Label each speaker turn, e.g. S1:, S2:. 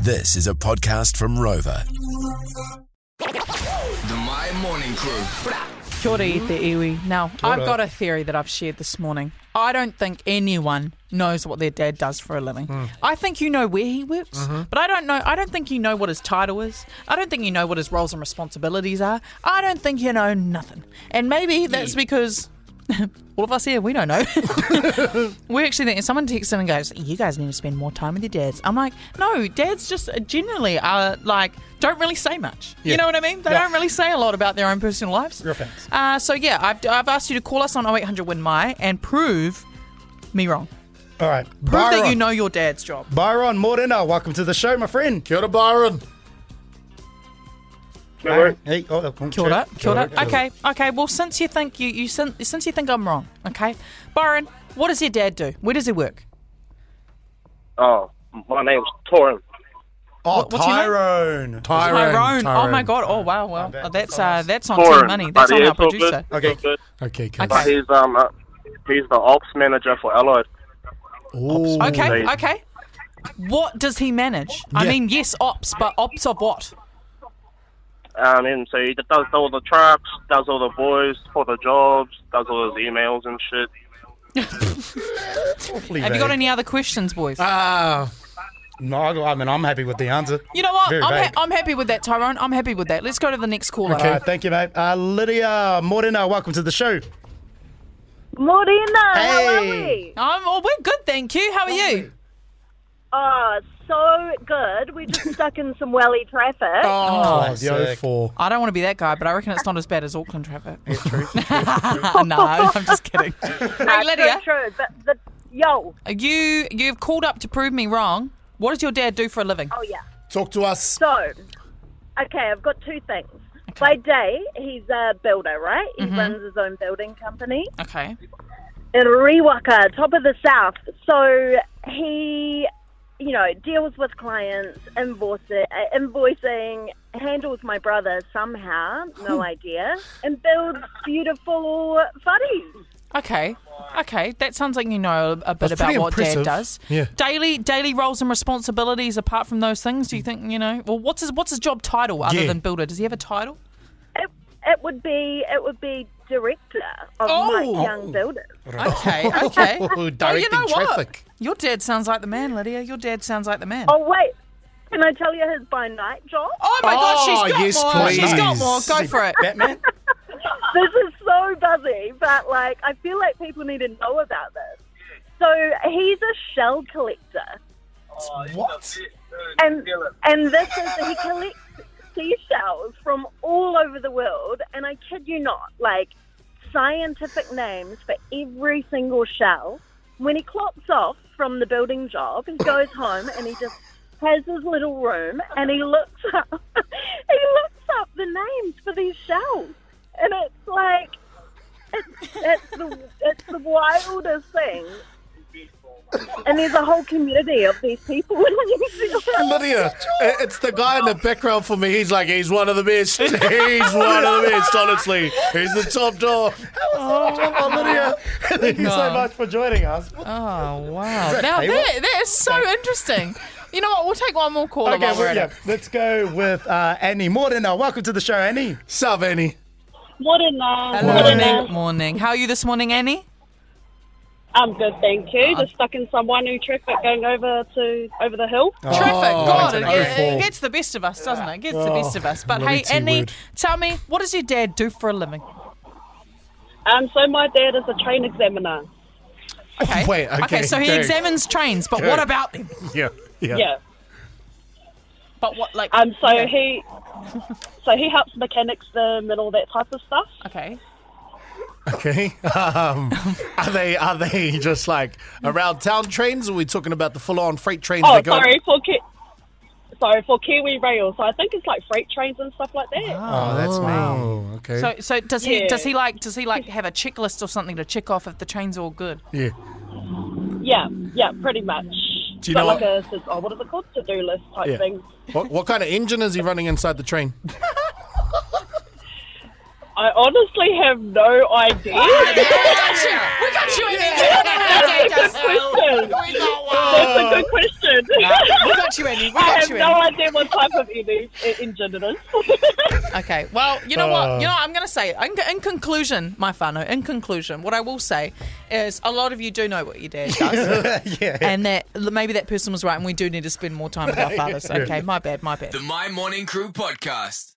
S1: This is a podcast from Rover.
S2: The My Morning Crew.
S3: Kia ora i te iwi. Now, I've got a theory that I've shared this morning. I don't think anyone knows what their dad does for a living. I think you know where he works, but I don't know. I don't think you know what his title is. I don't think you know what his roles and responsibilities are. I don't think you know nothing. And maybe that's because all of us here, we don't know. we actually think, and someone texts him and goes, You guys need to spend more time with your dads. I'm like, No, dads just generally are like, don't really say much. You know what I mean? They don't really say a lot about their own personal lives. Real
S4: facts.
S3: Uh, so, yeah, I've, I've asked you to call us on 0800 Win My and prove me wrong.
S4: All right,
S3: Prove
S4: Byron.
S3: that you know your dad's job.
S4: Byron Morena, welcome to the show, my friend.
S2: Kia ora, Byron.
S4: Hey, oh, oh,
S3: Kia ora. Kia ora.
S4: Kia ora.
S3: Okay, okay. Well, since you think you, you sin- since you think I'm wrong, okay, Byron, what does your dad do? Where does he work?
S5: Oh, my name's Torrin.
S4: Oh,
S3: What- what's your name?
S4: Tyrone.
S2: Tyrone.
S3: Tyrone. Oh
S2: Tyrone.
S3: my god. Oh wow. Well,
S4: bad.
S3: that's uh, that's on
S5: Torrin.
S3: team money. That's
S5: but
S3: on
S5: yeah,
S3: our
S5: it's all
S3: producer.
S5: good, it's all
S4: Okay.
S5: good.
S2: Okay, cool.
S3: Okay.
S5: But he's um uh, he's the ops manager for Allied.
S2: Oh,
S3: Okay.
S5: Indeed.
S3: Okay. What does he manage? I
S2: Yeah.
S3: mean, yes, ops, but ops of what?
S5: Um, and so he does all the traps, does all the boys for the jobs, does all his emails and shit.
S3: Have you got any other questions, boys?
S2: Ah,
S4: No, I I mean I'm happy with the answer.
S3: you know what? I'm,
S4: very
S3: ha-
S4: vague.
S3: I'm happy with that, Tyrone. I'm happy with that. Let's go to the next caller. Um,
S4: All right, thank you, mate. Uh, Lydia Morena, welcome to the show.
S6: Morena, how are
S4: Hey.
S6: we?
S3: Um, oh, we're good, thank you. How are you?
S6: Oh, so good. We're just stuck in some welly traffic.
S2: oh,
S4: Classic.
S2: the 04.
S3: I don't want to be that guy, but I reckon it's not as bad as Auckland traffic. no, I'm just kidding.
S6: Uh,
S3: Hey, Lydia,
S6: True, true. But the, yo,
S3: you you've called up to prove me wrong. What does your dad do for a living?
S6: oh yeah.
S2: Talk to us.
S6: So, okay, I've got two things. By day, he's a builder, right? He runs his own building company
S3: Okay.
S6: in Rewaka, top of the south. So he, you know, deals with clients, invoice, uh, invoicing, handles my brother somehow, no idea, and builds beautiful fuddies.
S3: Okay. Okay. That sounds like you know a bit
S2: That's
S3: about
S2: pretty
S3: what
S2: impressive.
S3: dad does.
S2: Yeah.
S3: Daily daily roles and responsibilities apart from those things, do you think, you know, well what's his what's his job title other
S4: Yeah.
S3: than builder? Does he have a title?
S6: It, it would be it would be director of
S3: Oh.
S6: my young builders.
S3: Okay, okay.
S2: Oh,
S3: oh, you
S2: directing
S3: know what?
S2: traffic.
S3: Your dad sounds like the man, Lydia. Your dad sounds like the man.
S6: Oh wait, can I tell you his by night job?
S3: Oh my God,
S2: Oh,
S3: she's got
S2: yes,
S3: more. She's got
S2: please.
S3: more. Go for it.
S4: Batman.
S6: This is so buzzy, but like I feel like people need to know about this. So he's a shell collector,
S4: what?
S6: and and this is he collects seashells from all over the world. And I kid you not, like scientific names for every single shell. When he clops off from the building job, he goes home and he just has his little room and he looks up he looks up the names for these shells. And it's like it's, it's the it's the wildest thing. And there's a whole community of these people in New Zealand.
S2: Lydia, i- uh, it's the guy in the background for me. He's like, he's one of the best. He's one of the best, honestly. He's the top dog.
S4: Oh, Lydia, thank you so
S3: No.
S4: much for joining us.
S3: Oh wow! now
S4: Hayward?
S3: that, that is so interesting. You know what? We'll take one more caller
S4: Okay,
S3: while we're
S4: well,
S3: at
S4: yeah,
S3: it.
S4: let's go with uh, Annie Morena. Welcome to the show, Annie.
S2: Sup, Annie?
S7: Morena.
S3: Hello.
S7: Morena.
S3: Morning, morning. How are you this morning, Annie?
S7: I'm good, thank you. Just stuck in some one new traffic going over to over the hill.
S3: Traffic, God, it,
S4: going to
S3: it- it
S4: Oval.
S3: gets the best of us, doesn't it? It gets the best of us. But
S2: Bloody
S3: hey, Annie,
S2: T-word.
S3: tell me, what does your dad do for a living?
S7: Um, so my dad is a train examiner.
S3: Okay,
S2: Wait, okay,
S3: so he
S2: okay.
S3: examines trains, but what about them?
S2: Yeah. Yeah.
S7: Yeah.
S3: But what, like,
S7: Um, so
S3: yeah.
S7: he, so he helps mechanics them and all that type of stuff.
S2: Oh
S3: Okay.
S2: Okay. Um, are they are they just like around town trains? Or are we talking about the full on freight trains?
S7: Oh,
S2: that go
S7: sorry for Ki- sorry for Kiwi Rail. So I think it's like freight trains and stuff like that.
S2: Ah.
S4: Oh, that's me.
S2: Oh, okay.
S3: So, so does he?
S7: Yeah.
S3: Does he like? Does he like have a checklist or something to check off if the train's all good?
S2: yeah.
S7: Yeah, yeah, pretty much.
S2: Do you
S7: Got
S2: know
S7: like
S2: what-
S7: a to- oh, what is it called? To do list type
S2: Yeah.
S7: thing.
S2: What, what kind of engine is he running inside the train?
S7: I honestly have no idea.
S3: we got you, we got you, Annie. Okay,
S6: That's a
S3: Jess.
S6: good question.
S3: We got
S6: That's
S3: one.
S6: a good question.
S3: We got you, Annie. We
S6: I
S3: got
S6: have
S3: you,
S6: no
S3: Annie.
S6: idea what type of uh, image engine it is.
S3: Okay. Well, you know what? You know, what I'm going to say in, in conclusion, my whānau, in conclusion, what I will say is a lot of you do know what your dad does.
S8: yeah.
S3: And that maybe that person was right, and we do need to spend more time with our fathers. Okay, my bad, my bad.
S9: The My Morning Crew podcast.